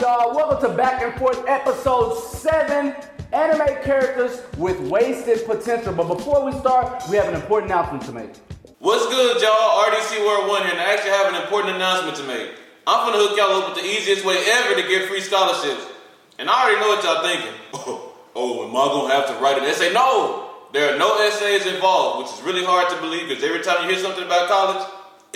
y'all. Welcome to Back and Forth episode 7 Anime Characters with Wasted Potential. But before we start, we have an important announcement to make. What's good, y'all? RDC World 1 here, and I actually have an important announcement to make. I'm finna hook y'all up with the easiest way ever to get free scholarships. And I already know what y'all thinking. Oh, oh am I gonna have to write an essay? No! There are no essays involved, which is really hard to believe because every time you hear something about college,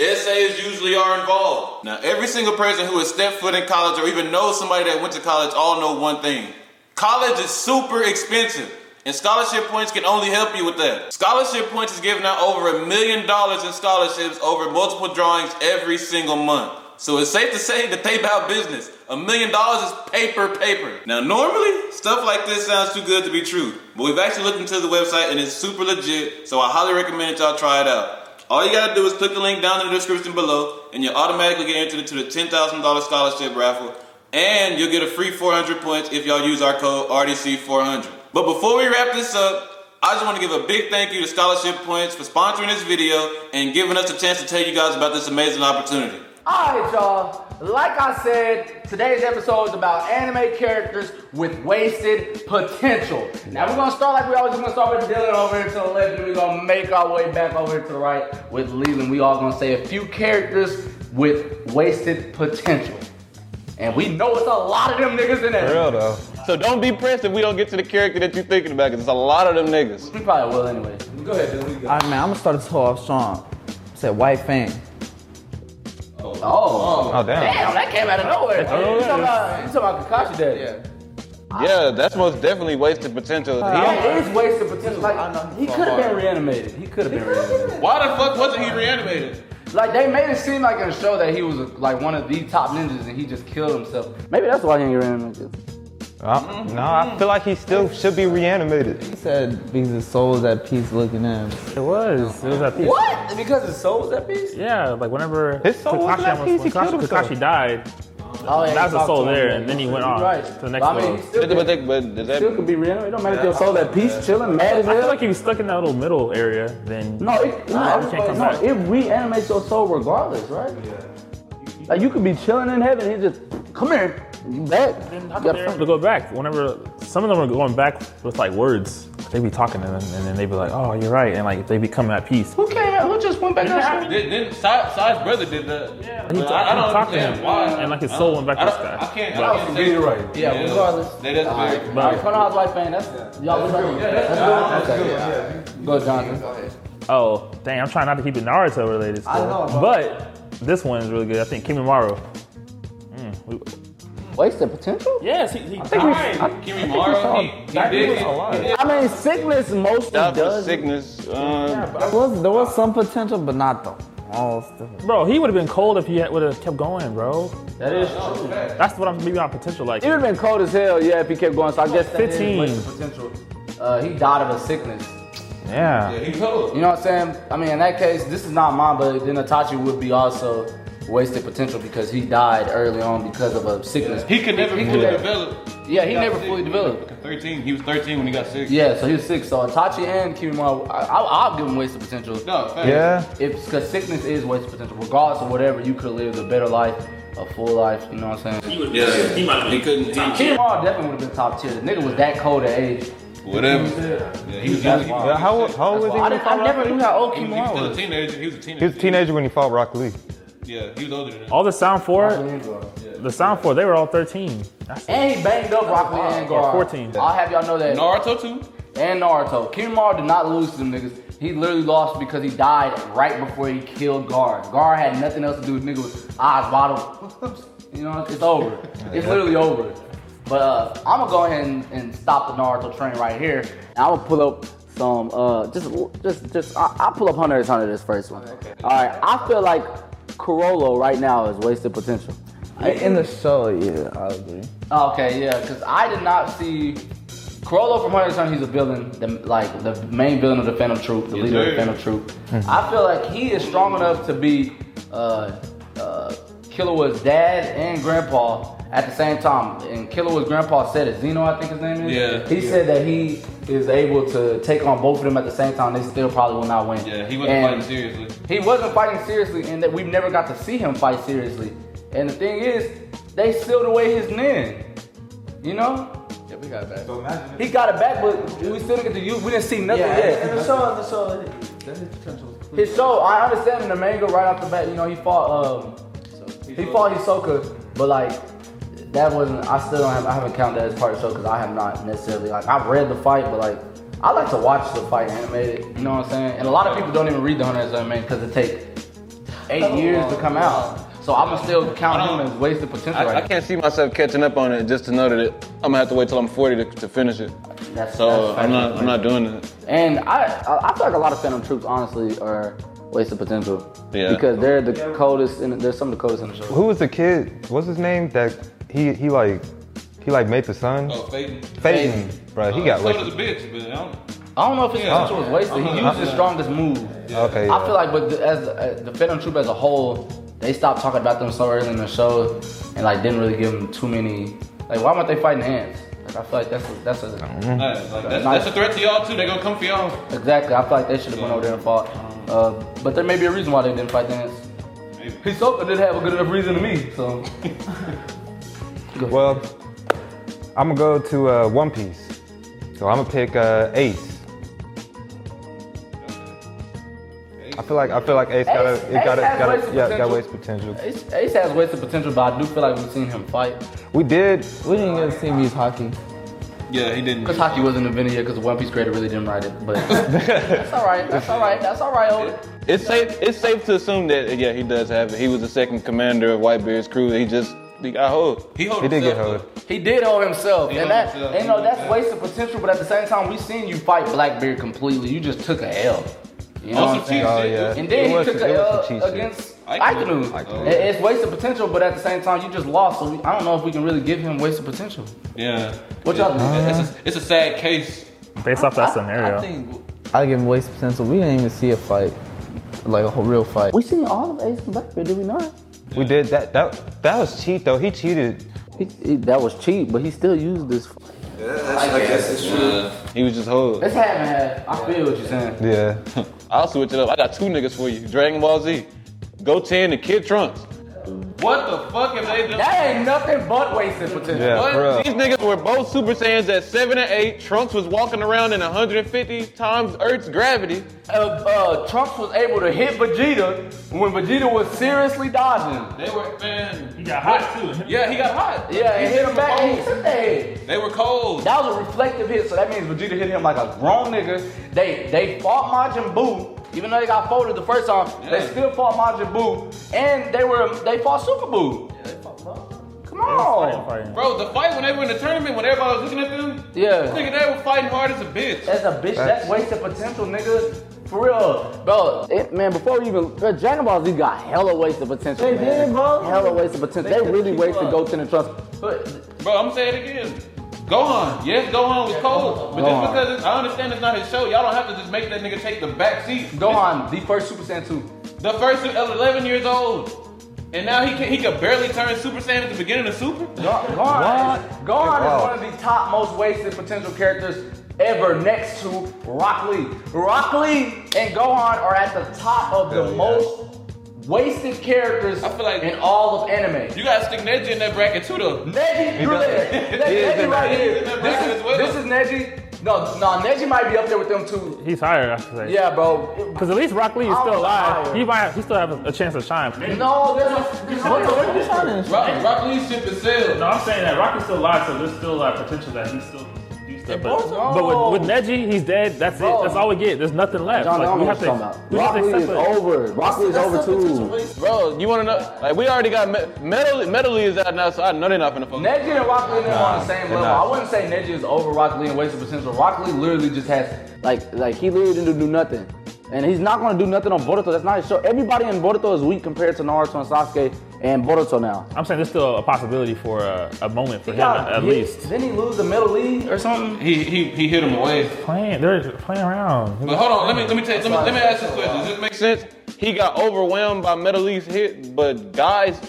essays usually are involved. Now, every single person who has stepped foot in college or even knows somebody that went to college all know one thing college is super expensive. And scholarship points can only help you with that. Scholarship points is giving out over a million dollars in scholarships over multiple drawings every single month. So it's safe to say that they about business. A million dollars is paper, paper. Now, normally, stuff like this sounds too good to be true, but we've actually looked into the website and it's super legit, so I highly recommend that y'all try it out. All you gotta do is click the link down in the description below, and you'll automatically get entered into the $10,000 scholarship raffle, and you'll get a free 400 points if y'all use our code RDC400. But before we wrap this up, I just want to give a big thank you to Scholarship Points for sponsoring this video and giving us a chance to tell you guys about this amazing opportunity. Alright, y'all. Like I said, today's episode is about anime characters with wasted potential. Now we're gonna start like we always do. We're gonna start with Dylan over here to the left, and we're gonna make our way back over here to the right with Leland. We all gonna say a few characters with wasted potential. And we know it's a lot of them niggas in For there. real though. So don't be pressed if we don't get to the character that you're thinking about, because it's a lot of them niggas. We probably will anyway. Go ahead, Dylan. All right, man, I'm gonna start this whole off strong. Said White Fang. Oh. Oh Damn, that came out of nowhere. You talking about, you talking about Kakashi Daddy? Yeah. Yeah, that's most definitely wasted potential. He- That is wasted potential. Like, he could have been reanimated. He could have been reanimated. Why the fuck wasn't he reanimated? Like, they made it seem like in the show that he was like one of the top ninjas and he just killed himself. Maybe that's why he ain't reanimated. Uh, no, I feel like he still should be reanimated. He said because his soul's at peace looking at him. It was. It was at peace. What? Because his soul was at peace? Yeah, like whenever His soul was at peace, he when Kakashi, killed himself. Kakashi died, Oh, yeah. he That's the talked soul to him. there, and then he went on Right. to the next But I mean, world. he still, But, could- but- but does that still could be reanimated. It don't matter if your soul at peace, chilling, mad as I feel hell. like he was stuck in that little middle area. Then No, it, no, Nah, I was you can't like, come no, back. it reanimates your soul regardless, right? Like you could be chilling in heaven, he just come here, you back. then You how gotta come they're fight. able to go back? Whenever some of them are going back with like words, they be talking to them, and then they be like, "Oh, you're right," and like they become at peace. Who came? out- Who just went back that shit? Did, didn't Sai, Sai's brother did that? Yeah, He but ta- I, I he don't talked to understand him, why. and, like, his soul went back I to don't- Sky. I can't. But- I can't say you're right. Yeah, regardless. That, that's weird. All right, Corner House White fan. That's y'all. That's good. That's good. Go, Jonathan. Oh, dang! I'm trying not to keep it Naruto related, still. know, bro. but this one's really good. I think Kimimaro. Mm, we- Wasted potential. yes, he, he think we- died. Kimmy Morrow, he, he did it. I mean, sickness mostly die for does. sickness? Um, There was, there was some potential, but not the all stuff. Bro, he would have been cold if he would have kept going, bro. That is true. That's what I'm maybe on potential like. It would have been cold as hell, yeah, if he kept going. So I guess that is 15. wasted potential. Uh, he died of a sickness. Yeah. He told. You know what I'm saying? I mean, in that case, this is not mine, but then Itachi would be also wasted potential because he died early on because of a sickness. He could never. He could Yeah. develop. Yeah, he got never sick. fully developed. Thirteen. He was thirteen when he got sick. Yeah, so he was sick. So Itachi and Kimura, I, I, I'll give him wasted potential. No. Fact. Yeah. If because sickness is wasted potential, regardless of whatever, you could live a better life, a full life. You know what I'm saying? Yeah. He might. He couldn't. He, Kimura definitely would have been top tier. The nigga was that cold at age. whatever. Yeah. He was young. He Yeah, was, how, how old was he? I, When didn't- I never knew how old he was Kimura still a was. teenager. He was a teenager. he was a teenager when he fought Rock Lee. Yeah. He was older than that. All the sound four, the sound four, they were all 13. That's And he banged up Rock Lee and Gar. 14. I'll have y'all know that. Naruto too. and Naruto. Kimura did not lose to them niggas. He literally lost because he died right before he killed Gar. Gar had nothing else to do. Nigga was eyes bottled. You know, it's over. It's literally over. But uh, I'm gonna go ahead and, and stop the Naruto train right here. And I'm gonna pull up some uh, just just just I, I'll pull up Hunter x Hunter this first one. All right, I feel like Corolo right now is wasted potential. In the show, yeah, I agree. Oh, Okay, yeah, because I did not see Corolo from Hunter x Hunter. He's a villain, the, like the main villain of the Phantom Troop, the leader of the sir. Phantom Troop. I feel like he is strong enough to be uh, uh, Killua's dad and grandpa at the same time. And Killua's grandpa said it. Zeno, I think his name is. Yeah. He said that he is able to take on both of them at the same time. They still probably will not win. Yeah. He wasn't And- fighting seriously. he wasn't fighting seriously, and that we've never got to see him fight seriously. And the thing is, They sealed away his nin. You know? Yeah, we got it back. So imagine He got it back, but we still didn't get to use. We didn't see nothing Yeah, yet. and the show, and the show, that his potential is clear. His show, I understand in the manga right off the bat, you know, he fought um he fought Hisoka, but like that wasn't I still don't have I haven't counted that as part of the show because I have not necessarily like I've read the fight, but like I like to watch the fight animated, you know what I'm saying? And a lot of people don't even read the Hunter x Hunter because it takes eight years to come out. So I'ma still count him as wasted potential I, right I can't see myself catching up on it just to know that it, I'm gonna have to wait till I'm 40 to, to finish it. now. That's, So that's I'm not fact. I'm not doing it. And I, I I feel like a lot of Phantom troops honestly are wasted potential. Yeah. Because they're the coldest in they're some of the coldest in the show. Who was the kid? What's his name? That he he like he like made the son. Oh, Uh, Faden. Phaeton, bro. He got Son is wasted. a bitch, but I don't. I don't know if his Yeah. potential was wasted. He Uh-huh. used his strongest move. Okay. I Yeah. feel like, but the- as uh, the Phantom Troop as a whole, they stopped talking about them so early in the show, and like didn't really give them too many. Like, why weren't they fighting ants? Like, I feel like that's a, that's a, Nah, like, that's, that's a threat to y'all too. They gonna come for y'all. exactly. I feel like they should have went over there and fought. Uh, but there may be a reason why they didn't fight the ants. Hisoka did have a good enough reason to me, so Well, I'm gonna go to uh, One Piece. So I'm gonna pick uh, Ace. I feel like I feel like Ace, got a Ace- it got Ace a, has got wasted a, yeah got potential. waste potential. Ace, Ace has wasted potential, but I do feel like we've seen him fight. We did. We didn't get to see him use hockey. Yeah, he didn't. Because hockey wasn't invented yet, because the One Piece creator really didn't write it. But that's all right. That's all right. That's all right. Oda. It's safe it's safe to assume that yeah he does have it. He was the second commander of Whitebeard's crew. He just he got hold. He, hold He did get himself hold. up. He did owe himself, He and owed that himself. and, you know He that's did that. wasted potential. But at the same time, we seen you fight Blackbeard completely. You just took a L. You know On what I'm some cheat saying? Oh, shit. yeah. And It then he was- took it a was L some cheat shit. against Aikinu. Aikinu. Aikinu. It- It's wasted potential, but at the same time, you just lost. So we, I don't know if we can really give him wasted potential. Yeah. What y'all think? It's a, it's a sad case. Based off that I scenario. think I give him waste potential. We didn't even see a fight, like a whole real fight. We seen all of Ace and Blackbeard, did we not? We did that. That that was cheat though. He cheated. He, he- that was cheap, but he still used this. I guess it's true. He was just hold. It's half and half. I feel what you're saying. Yeah. I'll switch it up. I got two niggas for you. Dragon Ball Z. Go 10 and Kid Trunks. What the fuck have they done? That ain't nothing but wasted potential. Yeah. What? For real. These niggas were both Super Saiyans at 7 and 8. Trunks was walking around in 150 times Earth's gravity. uh, uh, Trunks was able to hit Vegeta when Vegeta was seriously dodging. They were man. He got hot too. Yeah, he got hot. Yeah, and hit him back and he took that hit. They were cold. That was a reflective hit, so that means Vegeta hit him like a grown nigga. They they fought Majin Buu, even though they got folded the first time. They Yeah. still fought Majin Buu, and they were they fought Super Buu. Come on, Bro, the fight when they were in the tournament, when everybody was looking at them, Yeah. nigga, they were fighting hard as a bitch. that's a bitch. That's wasted potential, nigga. For real, bro. It, man, before we even bro, Dragon Ball Z got hella wasted potential. They man. did, bro. Hella wasted potential. They, really wasted Goten and Trunks. But Bro, I'm saying it again. Gohan, yes, Gohan was cold, but Gohan. just because it's, I understand it's not his show, y'all don't have to just make that nigga take the back seat. Gohan, the first Super Saiyan 2. The first at 11 years old, and now he can he could barely turn Super Saiyan at the beginning of Super. Gohan, Gohan, is one of the top most wasted potential characters ever next to Rock Lee. Rock Lee and Gohan are at the top of the Hell yeah. most wasted characters I feel like- in all of anime. You gotta stick Neji in that bracket too, though. Neji, you're there. Ne- is Neji in right that- here. he's in that bracket This is, as well. this is Neji. No, no, Neji might be up there with them too. He's higher, I should say. Yeah, bro. Because at least Rock Lee is I still was alive. higher. He might have, he still have a, a chance to shine. No, there's a. There's a Rock, Rock Lee's ship is sailed. I'm saying that Rock Lee's still alive, so there's still like potential that he's still. he's still- But, Bro, but no. with, with Neji, he's dead. That's it. That's all we get. There's nothing left. John, Like, I don't we know have what to, you're talking about. Rock we have to Lee is accept that. over. Rock Lee is over too. Bro, you wanna know? Like, we already got me- Metal, Metal Lee is out now, so I know they're not finna fuck. Neji and Rock Lee are on the same they're level. not. I wouldn't say Neji is over Rock Lee and wasted potential. Rock Lee literally just has like like he literally didn't do nothing. And he's not gonna do nothing on Boruto. That's not his show. Everybody in Boruto is weak compared to Naruto and Sasuke and Boruto now. I'm saying there's still a possibility for a, a moment for him, Yeah, at he- least. Didn't he lose the middle league or something? He he he hit him away. Playing, they're playing around. But hold on, let me let me take let me, let me ask this question. Does this make Makes sense. He got overwhelmed by Metal Lee's hit, but guys,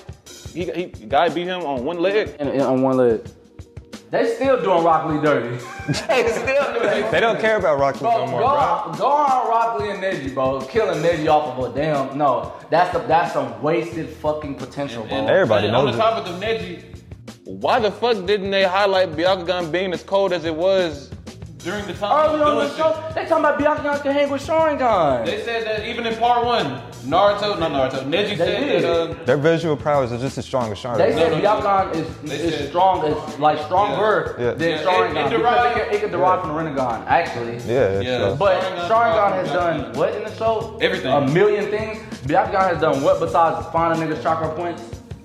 he, he guy beat him on one leg. And, and on one leg. They still doing Rock Lee dirty. they still doing They don't care about Rocky Bro, no more, go, bro. on, go on Rock Lee and Neji, bro. Killing Neji off of a damn no. That's the that's some wasted fucking potential, bro. Everybody on knows the it. topic of Neji, Why the fuck didn't they highlight Bianca Gun being as cold as it was during the time? Early on doing the show, they talking about Bianca Gun can hang with Sharingan. They said that even in part one, Naruto, not Naruto, Neji said did. that. Uh, Their visual powers are just as strong as They Charlotte. no, said no. Bianca is, They is said- strong, is like stronger Yeah. than Yeah, it- Sharingan. it because It, derived- could- it could derive from Rinnegan, actually. yeah, Yeah. so- But Sharingan- Sharingan has done what in the show? Everything. A million things. Bianca has done what besides find a nigga's chakra points?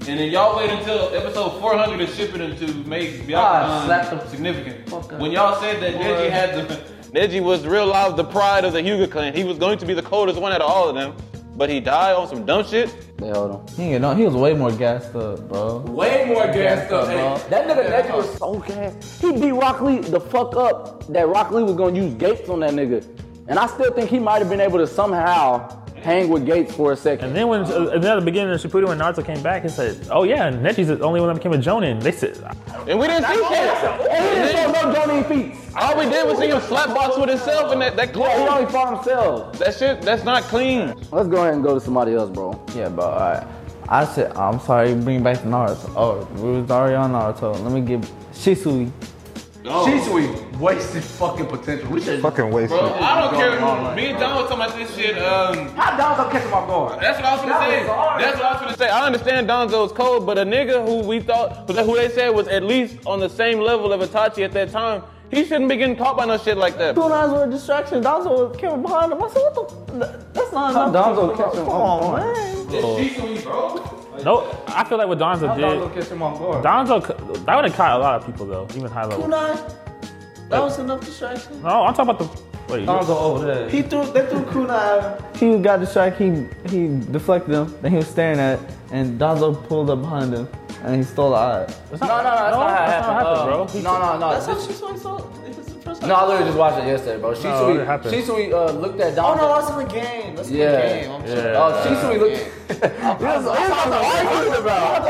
and then y'all wait until episode 400 to ship it and to make Ah, slap Bianca the Gun significant. fuck up. When y'all said that Neji had the. Neji was real life the pride of the Hyuga clan. He was going to be the coldest one out of all of them, but he died on some dumb shit. They held him. He, ain't get no- he was way more gassed up, bro. Way more gassed up, bro. That nigga Neji was so gassed. He beat Rock Lee the fuck up that Rock Lee was gonna use Gates on that nigga. And I still think he might have been able to somehow hang with Gates for a second. And then when uh, and then at the beginning of Shippuden, when Naruto came back, he said, "Oh yeah, Neji's the only one that became a Jonin." They said, And we didn't see And he didn't that. show no Jonin feats. All we did was see him slapbox with himself and that, that Yeah, he clone. only fought himself. That shit, that's not clean. Let's go ahead and go to somebody else, bro. Yeah, bro. All right. I said, I'm sorry, bring it back to Naruto. Oh, we was already on Naruto. Let me get Shisui. Shisui wasted fucking potential. We should. Fucking wasted. Bro, I don't care. All Who, right. me and Don was talking about this shit. Um, How Donzo catch him off guard? that's what I was gonna That say. was hard. That's what I was gonna say. I understand Donzo's code, but a nigga who we thought, who they said was at least on the same level of Itachi at that time, he shouldn't be getting caught by no shit like that. Two knives were a distraction. Donzo came behind him. I said, what the? that- That's not How enough. Donzo catch him Come off on, guard? man. "No, I feel like what Donzo did, catch him off guard? Donzo, c- that would have caught a lot of people though, even high level." Who No, not? That was enough distraction. I'm talking about the. Wait, you- Donzo over there. He threw. They threw Kunai at him. He got distracted. He he deflected him. Then he was staring at, it, and Donzo pulled up behind him, and he stole the eye. that's No, no, no, that's not how it that's not how it happened, bro. happened, He- bro. No, no, no. That's how she saw. saw- It's the first time. No, I literally just watched it yesterday, bro. it didn't Shisui, happen. Shisui uh, looked at Oh no, Donzo. that's in the game. That's in Yeah. the game. I'm Yeah. Oh, Shisui looked. That's what I was arguing about.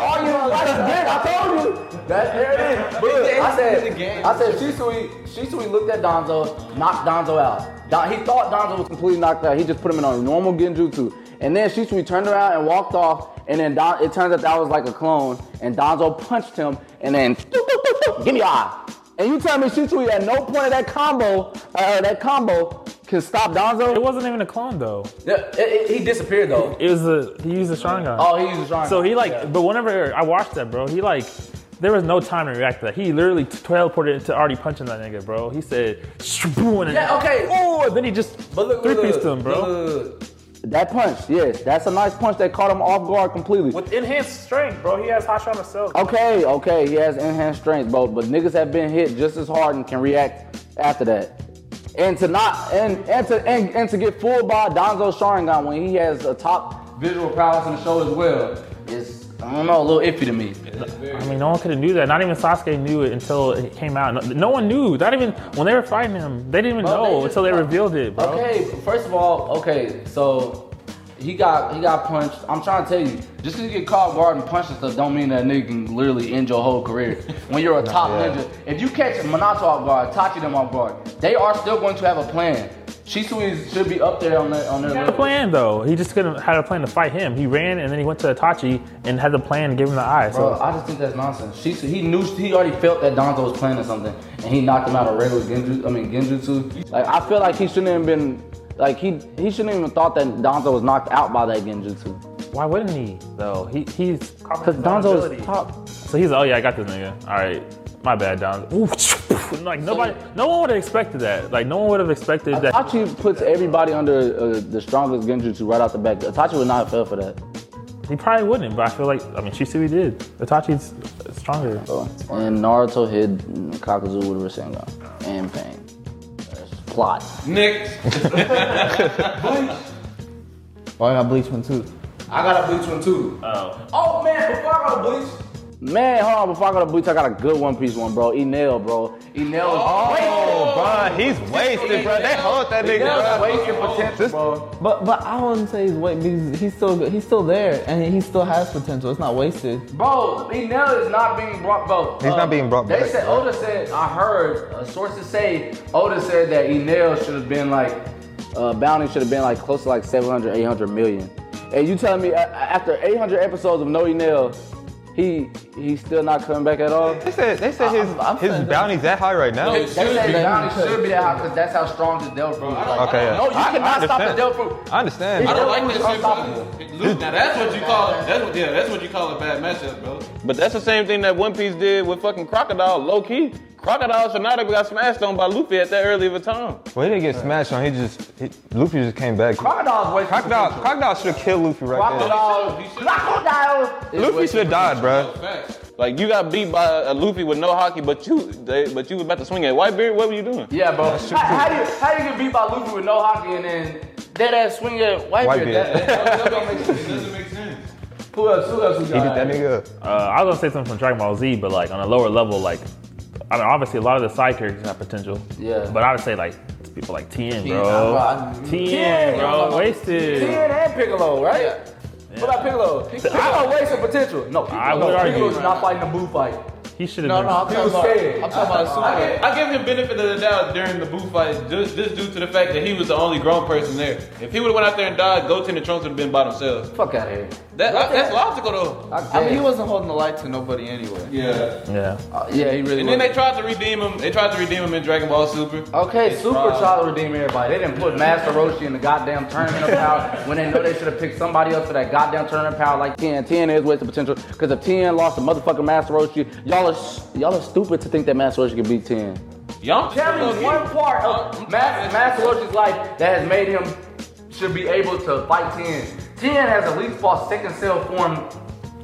I told you. That, there it is. But I It's a game. said, I said, Shisui, Shisui looked at Donzo, knocked Donzo out. Don, he thought Donzo was completely knocked out. He just put him in a normal genjutsu. And then Shisui turned around and walked off. And then Don, it turns out that was like a clone. And Donzo punched him. And then, give me your eye. And you tell me Shisui at no point of that combo, uh, that combo, can stop Donzo? It wasn't even a clone though. Yeah, it- it- he disappeared though. It was a he used a Sharingan. Oh, he used a Sharingan. So he like, Yeah. but whenever I watched that, bro, he like, there was no time to react to that. He literally t- teleported into already punching that nigga, bro. He said, "Shaboom," and Yeah, okay. Oh, and then he just But look, three look, pieced look, him, bro. look. That punch, yes, that's a nice punch that caught him off guard completely. With enhanced strength, bro, he has hot shot himself. Okay, okay, he has enhanced strength, bro, but niggas have been hit just as hard and can react after that. And to not and and to and, and to get fooled by Donzo Sharingan when he has a top visual prowess in the show as well is I don't know a little iffy to me. I mean, no one could have knew that. Not even Sasuke knew it until it came out. No, no one knew. Not even when they were fighting him, they didn't even Bro, know they just- until they revealed it, bro. Okay, first of all, okay, so he got he got punched. I'm trying to tell you, just because you get caught guard and punched and stuff, don't mean that nigga can literally end your whole career. when you're a top ninja, if you catch Minato off guard, Tachi them off guard, they are still going to have a plan. Shisui should be up there on their on their He had a list. plan though. He just couldn't had a plan to fight him. He ran and then he went to Itachi and had the plan to give him the eye. So Bro, I just think that's nonsense. She, he knew he already felt that Donzo was planning something, and he knocked him out of regular genjutsu. I mean genjutsu. Like I feel like he shouldn't have been like he he shouldn't even thought that Donzo was knocked out by that genjutsu. Why wouldn't he though? He he's Cause Donzo is top. So he's oh yeah, I got this nigga. All right, my bad, Donzo. Ooh, like nobody, no one would have expected that. Like no one would have expected that. Itachi puts everybody under uh, the strongest genjutsu right out the back. Itachi would not have fell for that. He probably wouldn't, but I feel like I mean Shisui did. Itachi's stronger. bro. And Naruto hit Kakuzu with a Rasengan and Pain. That's plot. Next. Oh, I got bleach one too. I got a bleach one too. Oh, Oh man, before I got a bleach. Man, hold on. Before I go to Bleach, I got a good One Piece one, bro. Enel, bro. Enel is Oh, bro, he's wasted, bro. They hold that nigga, oh, wasting potential, bro. But but I wouldn't say he's wait because he's still good. he's still there and he still has potential. It's not wasted. Bro, Enel is not being brought. Bro, He's not being brought They back, said bro. Oda said. I heard uh, sources say Oda said that Enel should have been like uh, bounty should have been like close to like 700, 800 million. And you telling me uh, after 800 episodes of No Enel, He he's still not coming back at all. They said they said his I'm his saying- bounty's that high right now. They should said be. that bounty should be that high because that's how strong this Delpro is. Like, Okay. yeah. no, you I- I cannot stop the understand. Delpro. I understand. I don't That like was this shit, unstoppable. bro. Look, Now that's what you call that's what yeah, that's what you call a bad matchup, bro. But that's the same thing that One Piece did with fucking Crocodile, low key. Crocodile Sonata got smashed on by Luffy at that early of a time. Well, he didn't get smashed on. He just he, Luffy just came back. Crocodile's way too Crocodile, potential. Crocodile should have killed Luffy right Crocodile. He should- he should- Crocodile. is there. Luffy way should have died, bro. Facts. Like you got beat by a Luffy with no hockey, but you they, but you was about to swing at Whitebeard. What were you doing? Yeah, bro. How, how do you how you get beat by Luffy with no hockey and then dead ass swing at white, White beard? beard. That, that, That don't make sense. It doesn't make sense. who else? Who else? Who He did that nigga up. Uh, I was gonna say something from Dragon Ball Z, but like on a lower level, like I mean, obviously a lot of the side characters have potential. Yeah. But I would say like people like Tien, bro, bro. I- Tien, Tien, bro, bro. wasted. Tien and Piccolo, right? What about Piccolo? Piccolo wasted potential. No, I would Piccolo, argue- Piccolo's not fighting the blue fight. He should have No, been. no, I'm No, talking about. I'm talking about I Super. give, I give him benefit of the doubt during the boo fight, just, just due to the fact that he was the only grown person there. If he would have went out there and died, Goten and Trunks would have been by themselves. Fuck out of here. That, that's logical though. I mean, he wasn't holding the light to nobody anyway. Yeah. yeah. Uh, yeah, he really. And then was. they tried to redeem him. They tried to redeem him in Dragon Ball Super. Okay, Super tried to redeem everybody. They didn't put Master Roshi in the goddamn tournament of power when they know they should have picked somebody else for that goddamn tournament of power like 10. 10 is wasted potential because if 10 lost to motherfucking Master Roshi, y'all are s- y'all are stupid to think that Master Roshi can beat 10. Y'all There is one part of Mas- uh, Master Roshi's life that has made him should be able to fight 10. 10 has at least fought second cell form,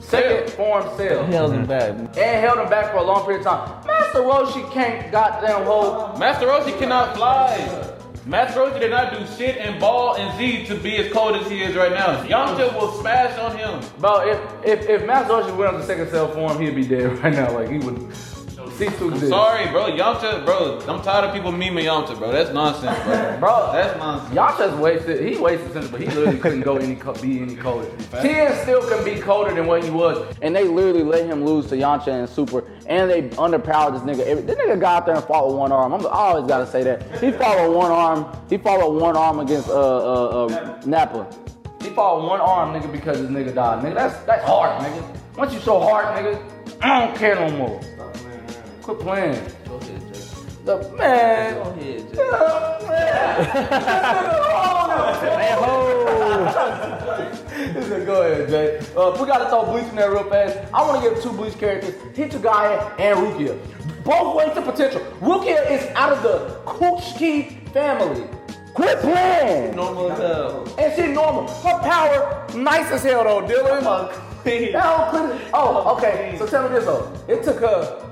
second form cell, He held him mm-hmm. back. and held him back for a long period of time. Master Roshi can't goddamn hold. Master Roshi cannot fly. Master Roshi did not do shit and ball and Z to be as cold as he is right now. Yamcha will smash on him. Bro, if if if Master Roshi went on the second cell form, he'd be dead right now. Like he would cease to exist. Sorry, bro. Yamcha, bro. I'm tired of people memeing Yamcha, bro. That's nonsense, bro. bro. That's nonsense. Yasha's wasted. He wasted since, but he literally couldn't go any co- be any colder. Tien still can be colder than what he was, and they literally let him lose to Yamcha and Super, and they underpowered this nigga. Every- This nigga got out there and fought with one arm. I'm, I always gotta say that he fought with one arm. He fought with one arm against uh uh, uh Napa. He fought with one arm, nigga, because this nigga died. Nigga, that's that's hard, nigga. Once you so hard, nigga, I don't care no more. Quit playing. The man. Listen, Go ahead, Jay. Uh, if we gotta throw Bleach in there real fast. I wanna give two Bleach characters, Hitchugaya and Rukia. Both ways to potential. Rukia is out of the Kuchiki family. Quit playing! Normal as hell. And she normal. Her power, nice as hell though, Dylan. That whole clip- Oh, okay. So tell me this though. It took her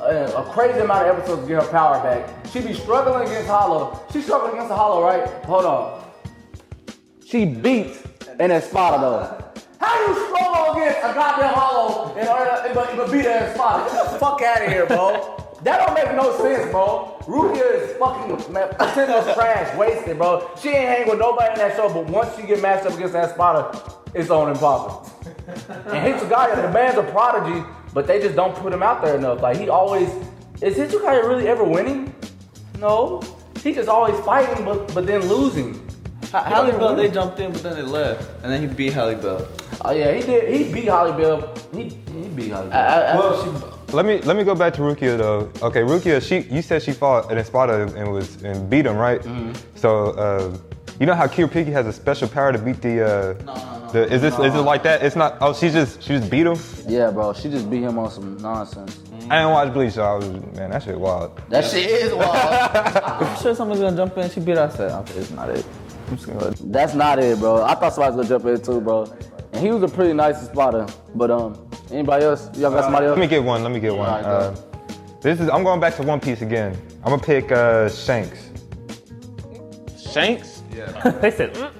uh, a, a crazy amount of episodes to get her power back. She be struggling against Hollow. She struggling against the Hollow, right? Hold on. She beat an Espada though. How you struggle against a goddamn Hollow and, uh, and but, but beat an Espada? Get the fuck out of here, bro. That don't make no sense, bro. Rukia is fucking man, potential trash, wasted, bro. She ain't hang with nobody in that show, but once she get matched up against that Espada, it's on and popping. And Hitsugaya, the man's a prodigy, but they just don't put him out there enough. Like he always is Hitsugaya really ever winning? No. He just always fighting but but then losing. Halle Bell, they jumped in, but then they left, and then he beat Halle Bell. Oh yeah, he did he beat Holly Bell. He he beat Holly Bell. Let me let me go back to Rukia though. Okay, Rukia, she you said she fought an Espada and was and beat him, right? So uh, you know how Kirpiki has a special power to beat the. Uh, the, is this is it like that? It's not. Oh, she just she just beat him. yeah, bro. She just beat him on some nonsense. I didn't watch Bleach, so I was man, that shit wild. That shit is wild. I'm sure someone's gonna jump in. She beat us. I said, okay, it's not it. I'm just gonna go. That's not it, bro. I thought somebody was gonna jump in too, bro. And he was a pretty nice spotter. But um anybody else? Y'all got somebody Let else? me get one. Let me get one. Alright, go. Uh, this is. I'm going back to One Piece again. I'm gonna pick uh, Shanks. Shanks. They said "Mm."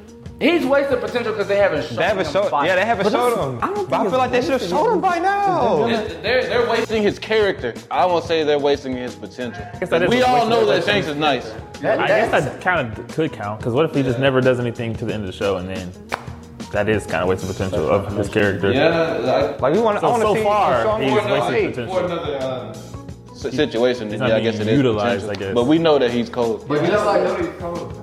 He's wasted potential because they haven't shown They haven't him showed. fight. Yeah, they haven't showed that's- him. I don't think but I it's feel like they should have showed him by now. They're, they're wasting. Wasting his character. I won't say they're wasting his potential. guess that is We a all waste know of that potential. Shanks is nice. That- I guess that's- that kind of could count because what if he just never does anything to the end of the show and then that is kind of wasted potential of his character. Yeah, Like we want. to I So, want to so see. far, show him he's more. wasted Hey, for potential. another uh, s- situation. He's Yeah, not I guess being it is. utilized, potential. I guess. But we know that he's cold. But just like,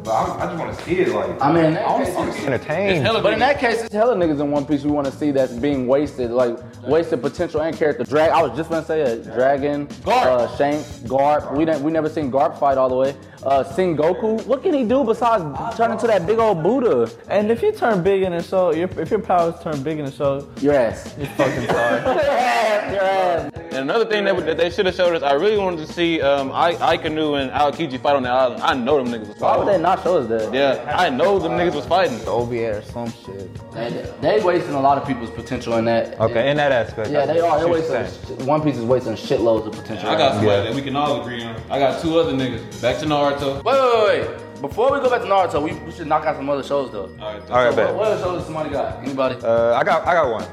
But I'm, I just want to see it. Like I mean, in that I want case- to entertained. but in that case, it's hella niggas in One Piece we want to see that's being wasted. Like wasted potential and character. Drag. I was just gonna say a dragon. Uh, Shank. Garp. We didn't. We never seen Garp fight all the way. Uh, Seen Goku. What can he do besides turn into that big old Buddha? And if you turn big in the show, your, if your powers turn big in the show, Your ass. you're fucking sorry. Your ass. Your ass. And another thing that, that they should have showed us, I really wanted to see um, I Aikanu and Aokiji fight on that island. I know them niggas was Why would fighting. they not show us that? Yeah, I know them niggas was fighting. OBA or some shit. They, they wasting a lot of people's potential in that. Okay, in that aspect. Yeah, they are. They're She's wasting. saying. sh- One Piece is wasting shitloads of potential. I got somebody that we can all agree on. I got two other niggas. Back to Naruto. Wait, wait, wait, wait. Before we go back to Naruto, we, we should knock out some other shows though. All right, All right, What, bet. what other shows does somebody got? Anybody? Uh, I got I got one.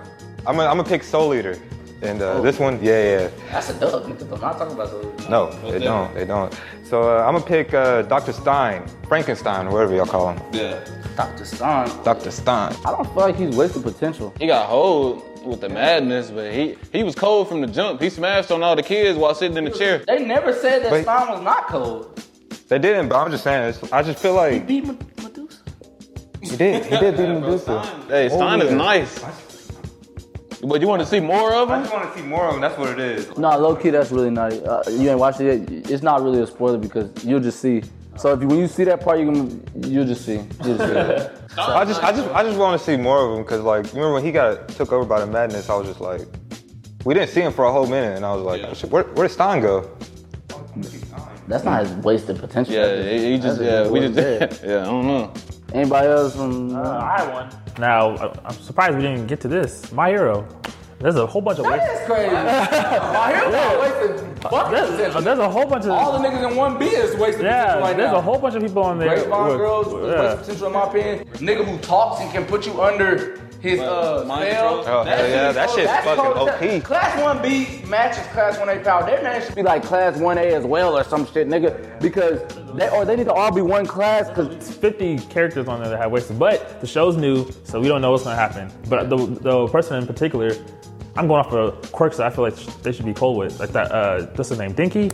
I'm gonna I'm gonna pick Soul Eater, and uh, this one, yeah, yeah. That's a dub. Niggas, I'm not talking about those. No, they don't. They don't. So uh, I'm gonna pick uh, Dr. Stein, Frankenstein, or whatever y'all call him. Yeah. Dr. Stein. Dr. Stein. I don't feel like he's wasting potential. He got hold with the madness, but he he was cold from the jump. He smashed on all the kids while sitting in the chair. They never said that Wait. Stein was not cold. They didn't, but I'm just saying. It's, I just feel like Beat Me- Medusa. he did. He did beat Medusa. Hey, Stein is yeah. nice. But you want to see more of I him? just want to see more of him. That's what it is. Nah, low key, that's really nutty. Uh, you ain't watched it yet. It's not really a spoiler because you'll just see. So if you, when you see that part, you can you'll just see. You'll just see. it. I just, I just, I just want to see more of him because, like, remember when he got took over by the madness? I was just like, we didn't see him for a whole minute, and I was like, Yeah. oh, shit, where, where did Stein go? That's not his wasted potential. Yeah, he, he just That's yeah, we wasn't just yeah, I don't know. there. Anybody else from? Uh, I won. Now I- I'm surprised we didn't even get to this. My hero. There's a whole bunch of waste. That's crazy. My hair's not wasted. Fuck There's, uh, there's a whole bunch All of the niggas in one B is wasting yeah. potential right there's now. a whole bunch of people on there. Great Bond with- girls with- with wasting potential in my opinion. Nigga who talks and can put you under his uh mind spell. control. Oh hell yeah, that shit's That's fucking called- OP. Class 1B matches Class 1A power. Their name should be like Class 1A as well or some shit, nigga. Because they or they need to all be one class. Cause It's 50 characters on there that have wasted, but the show's new, so we don't know what's gonna happen. But the, the person in particular, I'm going off of quirks that I feel like sh- they should be cool with, like that. Uh, what's his name? Dinky,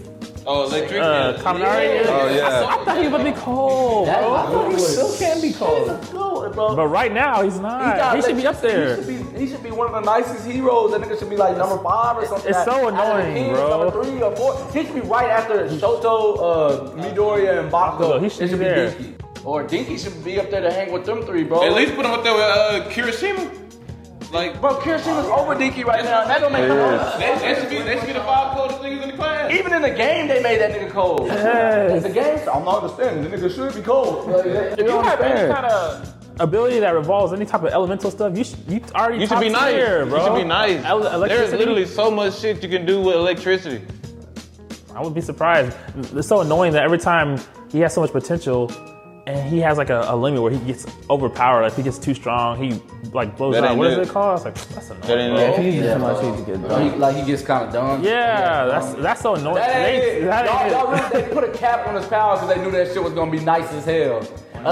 Oh, electric. uh, yeah. Kaminari. Oh I, yeah. thought he would be cool, that, Oh, I bro. thought he still can be called. But right now he's not. He, should be up there. He should be, he should be one of the nicest heroes. That nigga should be like number five or something. it's like- so out of the annoying, team, bro. Number three or four. He should be right after Shoto, uh, Midoriya, and Bakugo. Bakugo, he should It be there. Dinky. Or Dinky should be up there to hang with them three, bro. At least put him up there with uh, Kirishima. Like, Bro, Kirishima's over Dinky right now. That don't make no sense. They, they should be they should be the five coldest niggas in the class. Even in the game, they made that nigga cold. Yes. The game, I'm not understanding. The nigga should be cold. Like, If you have any understand. kind of ability that revolves any type of elemental stuff, you should you already You should be top nice. tier, bro. You should be nice. Ele- There's electricity? literally so much shit you can do with electricity. I would be surprised. It's so annoying that every time he has so much potential, and he has like a, a limit where he gets overpowered. Like if he gets too strong, he like blows That out. ain't What is it. it called? It's like that's That annoying. ain't Yeah, it. if he uses Yeah, too much, bro. he get Bro, he, done. like he gets kind of dumb. Yeah, that's that's so annoying. That ain't They- it. that ain't it. y'all, y'all really, they put a cap on his power because they knew that shit was gonna be nice as hell.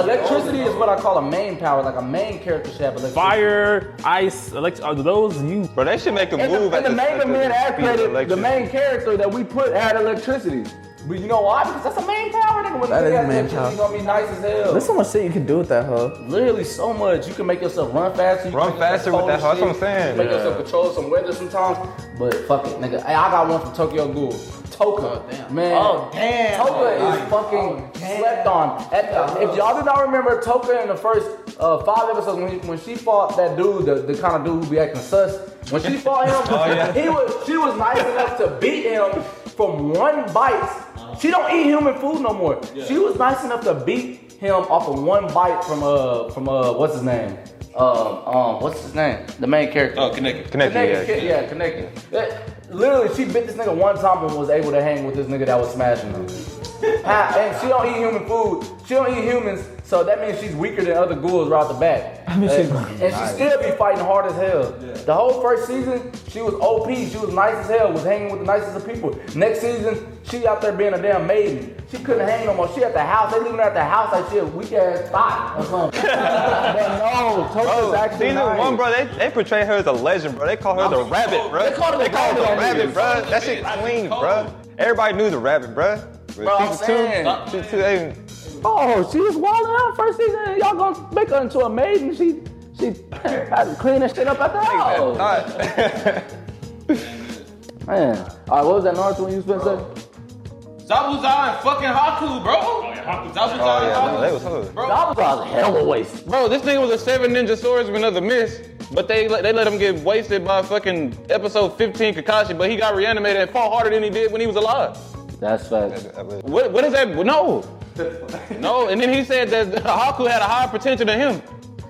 Electricity is what I call a main power, like a main character should have electricity. Fire, ice, elect- are those you. Bro, they should make a And the, move at and the main man at speed of activated the electricity. main character that we put had electricity. But you know why? Because that's a main power, nigga. When That you is got main electricity, power. gonna be nice as hell. There's so much shit you can do with that hoe. Literally so much. You can make yourself run faster. You Run can make yourself faster with control that. That's what I'm shit. saying. You can Make yourself control some weather sometimes. But fuck it, nigga. Hey, I got one from Tokyo Ghoul. Toka, man. Oh damn. Toka is fucking slept on. At the- if y'all did not remember Toka in the first uh, five episodes when, he, when she fought that dude, the, the kind of dude who be acting sus. When she fought him, he was she was nice enough to beat him from one bite. She don't eat human food no more. She was nice enough to beat him off of one bite from uh from uh what's his name? Um um what's his name? The main character. Oh, connected. Connect you, Connected yeah. kid, yeah, connected. That- Literally, she bit this nigga one time and was able to hang with this nigga that was smashing her. Ah, and she don't eat human food. She don't eat humans, so that means she's weaker than other ghouls right off the bat. mean, she's and, and she still be fighting hard as hell. The whole first season, she was OP. She was nice as hell. Was hanging with the nicest of people. Next season, she out there being a damn maiden. She couldn't hang no more. She at the house. They leaving her at the house like she a weak ass thought or something. but no, Toka's Bro, actually Oh, season nice. one, bro, they, they portray her as a legend, bro. They call her the rabbit, bro. They called her the the rabbit. rabbit, bro. That shit Rabbit. clean, bro. Everybody knew the rabbit, bro. Bro, I'm saying. Season two, season two, they- Oh, she was wilding out first season. and Y'all gonna make her into a maiden? She She clean that shit up at the house. Man, all right, what was that Naruto one you spent second? Zabuza and fucking Haku, bro. Zabuza Oh, yeah, and no, Haku. that was That hard. was a hella waste. Bro, this nigga was a seven ninja swordsman of the mist, but they let, they let him get wasted by fucking episode 15 Kakashi, but he got reanimated and fought harder than he did when he was alive. That's facts. That was- What, what is that? No. No, and then he said that Haku had a higher potential than him.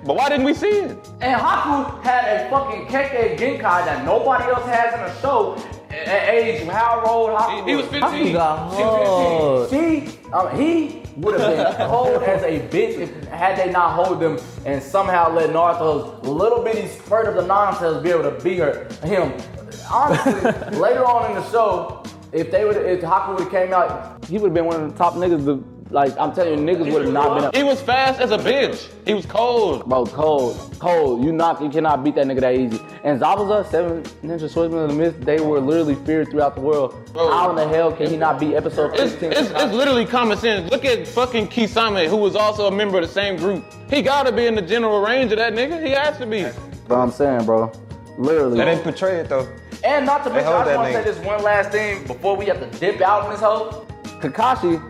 But why didn't we see it? And Haku had a fucking Keke Genkai that nobody else has in the show. At at age how old Haku He was Haku 15. got hard. She, um, he would have been cold as a bitch if had they not hold them and somehow let Naruto's little bitty spurt of the nonsense be able to beat her, him. Honestly, later on in the show, if they would, if Haku would have came out, he would have been one of the top niggas. To, like I'm telling you, niggas would have not been up. He was fast as a bitch. He was cold. Bro, cold, cold. You not, you cannot beat that nigga that easy. And Zabuza, seven ninja swordsmen of the mist, they were literally feared throughout the world. How in the hell can he not beat episode It's, 15? it's, it's literally common sense. Look at fucking Kisame, who was also a member of the same group. He gotta be in the general range of that nigga. He has to be. But I'm saying, bro, literally. They didn't portray it though. And not to mention, hold I just that want to say nigga. this one last thing before we have to dip out on this hoe. Kakashi,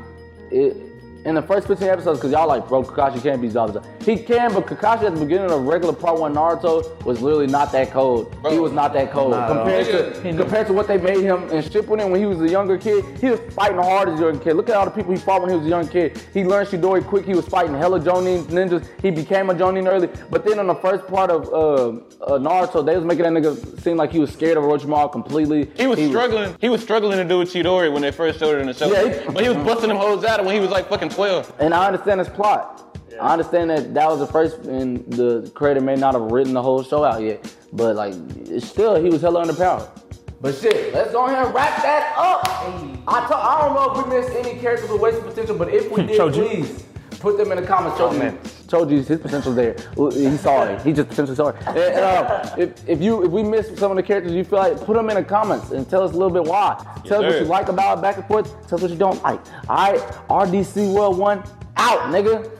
it, in the first 15 episodes, because y'all like, bro, Kakashi can't be Zabuza. He can, but Kakashi at the beginning of regular part one Naruto was literally not that cold. He was not that cold. compared to compared to what they made him in Shippuden when he was a younger kid, he was fighting hard as a younger kid. Look at all the people he fought when he was a young kid. He learned Shidori quick. He was fighting hella Jonin ninjas. He became a Jonin early. But then in the first part of uh, uh, Naruto, they was making that nigga seem like he was scared of Orochimaru completely. He was struggling. He was struggling to do with Chidori when they first showed it in the show. Yeah, he- but he was busting them hoes out when he was like fucking 12. And I understand his plot. I understand that that was the first, and the creator may not have written the whole show out yet. But like, it's still, he was hella underpowered. But shit, let's go ahead and wrap that up. I to- I don't know if we missed any characters with wasted potential, but if we did, Choji. please put them in the comments. Choji. Oh, Told you his potential's there. Well, He saw it. He just potentially saw it. And, and, uh, if, if you if we missed some of the characters you feel like, put them in the comments and tell us a little bit why. Tell us what sir. you like about it back and forth. Tell us what you don't like. All right, RDC World One out, nigga.